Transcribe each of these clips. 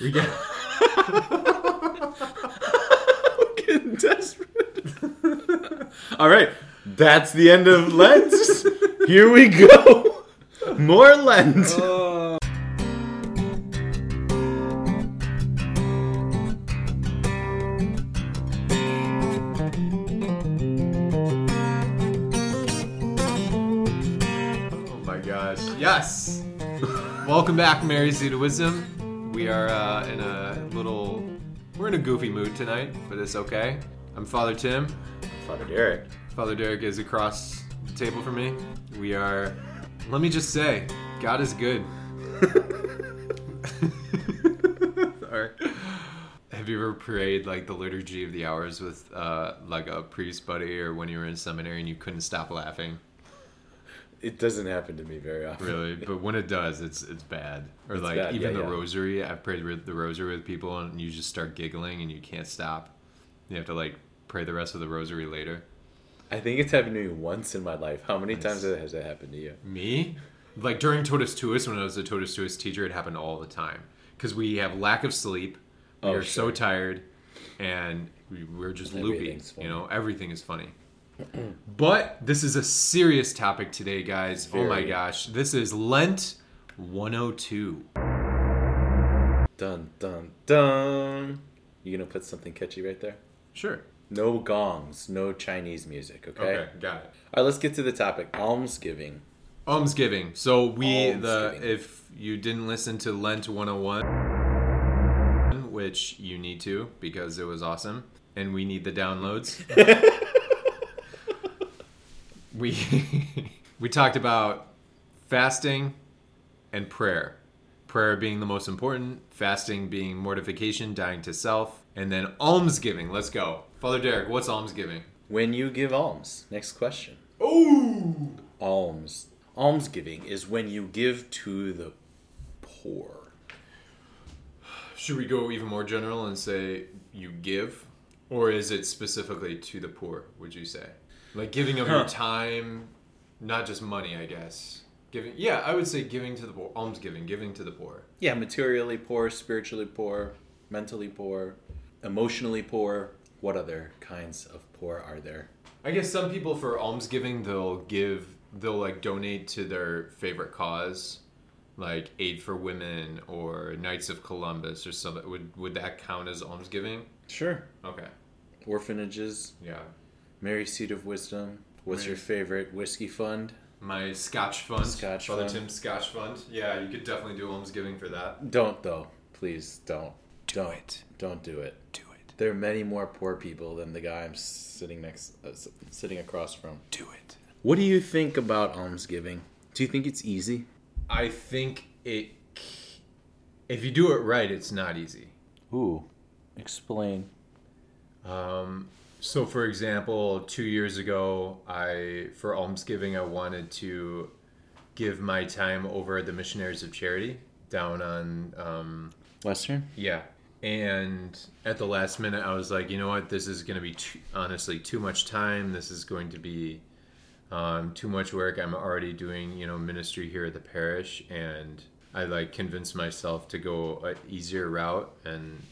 Yeah. I'm getting desperate. All right, that's the end of Lens. Here we go. More Lens. Oh Oh my gosh. Yes. Welcome back, Mary Z to Wisdom. We are uh, in a little, we're in a goofy mood tonight, but it's okay. I'm Father Tim. Father Derek. Father Derek is across the table from me. We are, let me just say, God is good. Or- Have you ever prayed like the liturgy of the hours with uh, like a priest buddy, or when you were in seminary and you couldn't stop laughing? It doesn't happen to me very often. really but when it does it's it's bad or like bad, even yeah, the yeah. rosary i've prayed with the rosary with people and you just start giggling and you can't stop you have to like pray the rest of the rosary later I think it's happened to me once in my life. How many times has that happened to you? me like during totus tuus when i was a totus tuus teacher it happened all the time because we have lack of sleep we Oh, are so sure. tired and we, we're just loopy Everything's you funny. know everything is funny but this is a serious topic today guys oh my Very. gosh this is lent 102 Dun dun dun. You gonna put something catchy right there? sure No gongs, no Chinese music. Okay. okay got it All right, let's get to the topic: almsgiving. Almsgiving. So we the Almsgiving. if you didn't listen to Lent 101, which you need to because it was awesome, and we need the downloads. we we talked about fasting and prayer. Prayer being the most important, fasting being mortification, dying to self, and then almsgiving. Let's go, Father Derek. What's almsgiving? When you give alms. Next question. Oh, Alms. Almsgiving is when you give to the poor. Should we go even more general and say you give, or is it specifically to the poor? Would you say, like giving of your time, not just money? I guess giving. Yeah, I would say giving to the poor, almsgiving, giving to the poor. Yeah, materially poor, spiritually poor, mentally poor, emotionally poor. What other kinds of poor are there? I guess some people for almsgiving they'll give, they'll like donate to their favorite cause, like Aid for Women or Knights of Columbus or something. Would would that count as almsgiving? Sure. Okay, Orphanages, yeah. Mary Seat of Wisdom. What's your favorite whiskey fund? My Scotch Fund, Scotch Father Fund. Tim's Scotch Fund. Yeah, you could definitely do almsgiving for that. Don't though. Please don't. don't. it. Don't do it. Do it. There are many more poor people than the guy I'm sitting next, uh, s- sitting across from. Do it. What do you think about almsgiving? Do you think it's easy? I think it. c- If you do it right, it's not easy. Ooh, explain. Um, so, for example, two years ago, I for almsgiving, I wanted to give my time over at the Missionaries of Charity down on um, Western? Yeah. And at the last minute, I was like, you know what? This is going to be too, honestly too much time. This is going to be um, too much work. I'm already doing, you know, ministry here at the parish. And I like convinced myself to go an easier route and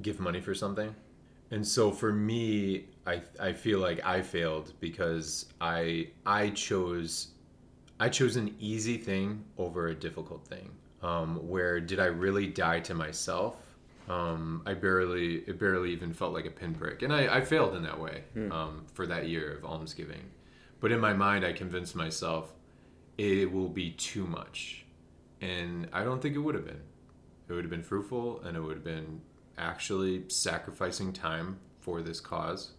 give money for something. And so for me, I, I feel like I failed because I I chose I chose an easy thing over a difficult thing. Um, where did I really die to myself? Um, I barely, it barely even felt like a pinprick, and I, I failed in that way Hmm. um, for that year of almsgiving. But in my mind, I convinced myself it will be too much, and I don't think it would have been. It would have been fruitful, and it would have been actually sacrificing time for this cause.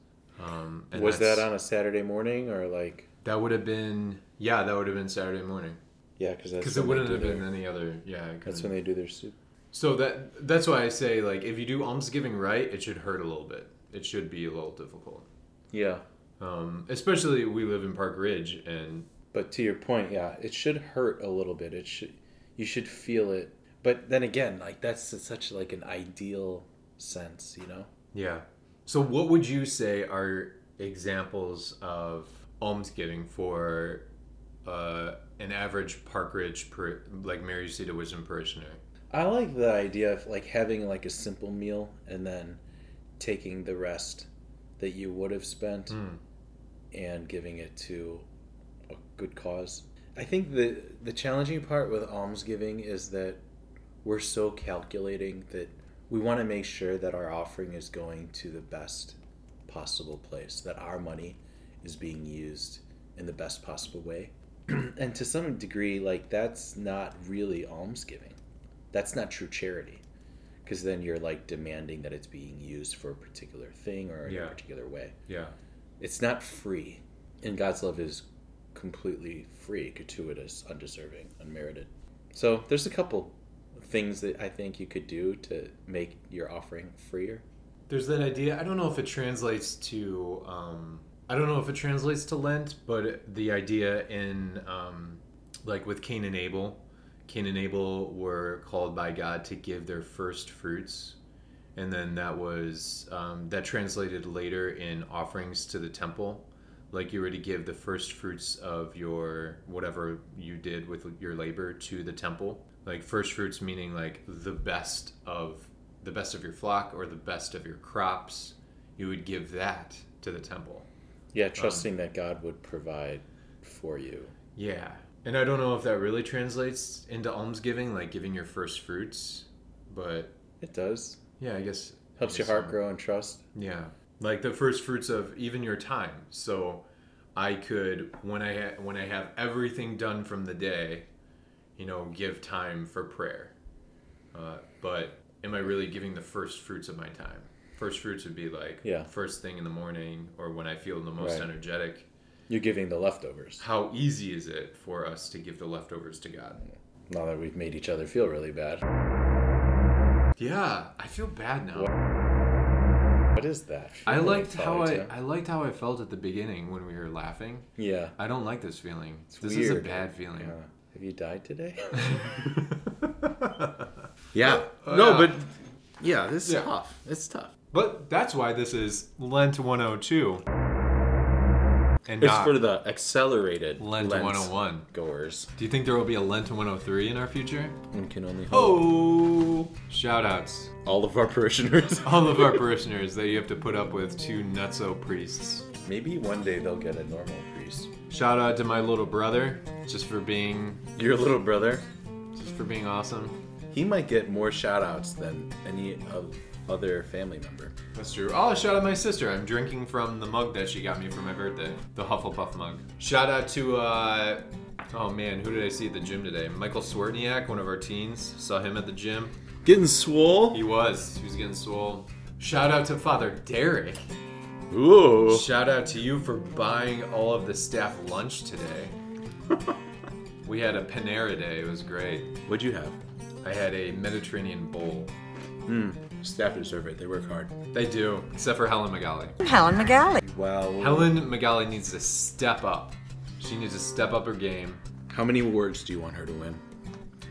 Um, and Was that's- that on a Saturday morning or like? That would have been, yeah, that would have been Saturday morning. Yeah, because Because it wouldn't have been any other, yeah. it That's couldn't. when they do their soup. so that that's why I say like if you do almsgiving right, it should hurt a little bit. It should be a little difficult. Yeah, Um, especially we live in Park Ridge, and but to your point, yeah, it should hurt a little bit. It should, you should feel it. But then again, like that's such like an ideal sense, you know. yeah. So what would you say are examples of almsgiving for uh, an average Park Ridge par- like Mary Cedar Wisdom parishioner? I like the idea of like having like a simple meal and then taking the rest that you would have spent Mm. and giving it to a good cause. I think the the challenging part with almsgiving is that we're so calculating that we want to make sure that our offering is going to the best possible place, that our money is being used in the best possible way. and to some degree, like that's not really almsgiving. That's not true charity. Because then you're like demanding that it's being used for a particular thing or in Yeah. a particular way Yeah. it's not free and god's love is completely free gratuitous undeserving unmerited so there's a couple things that i think you could do to make your offering freer There's that idea. I don't know if it translates to. Um, I don't know if it translates to Lent, but the idea in um, like with Cain and Abel, Cain and Abel were called by God to give their first fruits, and then that was um, that translated later in offerings to the temple. Like you were to give the first fruits of your whatever you did with your labor to the temple. Like first fruits meaning like the best of the best of your flock or the best of your crops, you would give that to the temple. Um, yeah trusting that god would provide for you Yeah. And I don't know if that really translates into almsgiving, like giving your first fruits, but it does yeah, I guess helps your heart grow in trust Yeah, like the first fruits of even your time. So I could when I ha- when I have everything done from the day, you know, give time for prayer. Uh, but am I really giving the first fruits of my time? First fruits would be like Yeah. first thing in the morning or when I feel the most Right. energetic. you're giving the leftovers How easy is it for us to give the leftovers to God? now that we've made each other feel really bad Yeah, I feel bad now. what is that I feeling, liked how Father I, Tim? I liked how I felt at the beginning when we were laughing. yeah I don't like this feeling. this is a weird. bad feeling. Uh, have you died today Yeah. Oh, no, yeah. but yeah, this is Yeah. tough. It's tough. But that's why this is Lent 102. And It's not for the accelerated Lent, 101. goers Do you think there will be a Lent 103 in our future? and can only hope Oh! Shout outs. All of our parishioners. All of our parishioners that you have to put up with two nutso priests. Maybe one day they'll get a normal priest. Shout out to my little brother, just for being, Your little brother. just for being awesome. He might get more shout outs than any of other family member. That's true. Oh, shout out my sister. I'm drinking from the mug that she got me for my birthday, the Hufflepuff mug. Shout out to, uh, oh man, who did I see at the gym today? Michael Swertniak, one of our teens. Saw him at the gym. Getting swole. He was. He was getting swole. Shout out to Father Derek. Ooh. Shout out to you for buying all of the staff lunch today. we had a Panera day. It was great. What'd you have? I had a Mediterranean bowl. Staff deserve it, they work hard. They do, except for Helen McGalley. Helen McGalley. Wow. Helen McGalley needs to step up. She needs to step up her game. How many awards do you want her to win?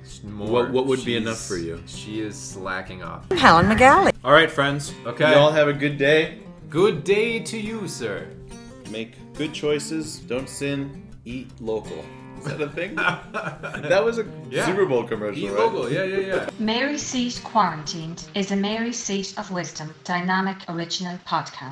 She's More. What- what would be She's- enough for you? She is slacking off. Helen McGalley. All right, friends. Okay. You all have a good day. Good day to you, sir. Make good choices, don't sin, eat local. Is that a thing? that was a Yeah. Super Bowl commercial, Eat right? local. Yeah, yeah, yeah. Mary Seat Quarantined is a Mary Seat of Wisdom dynamic original podcast.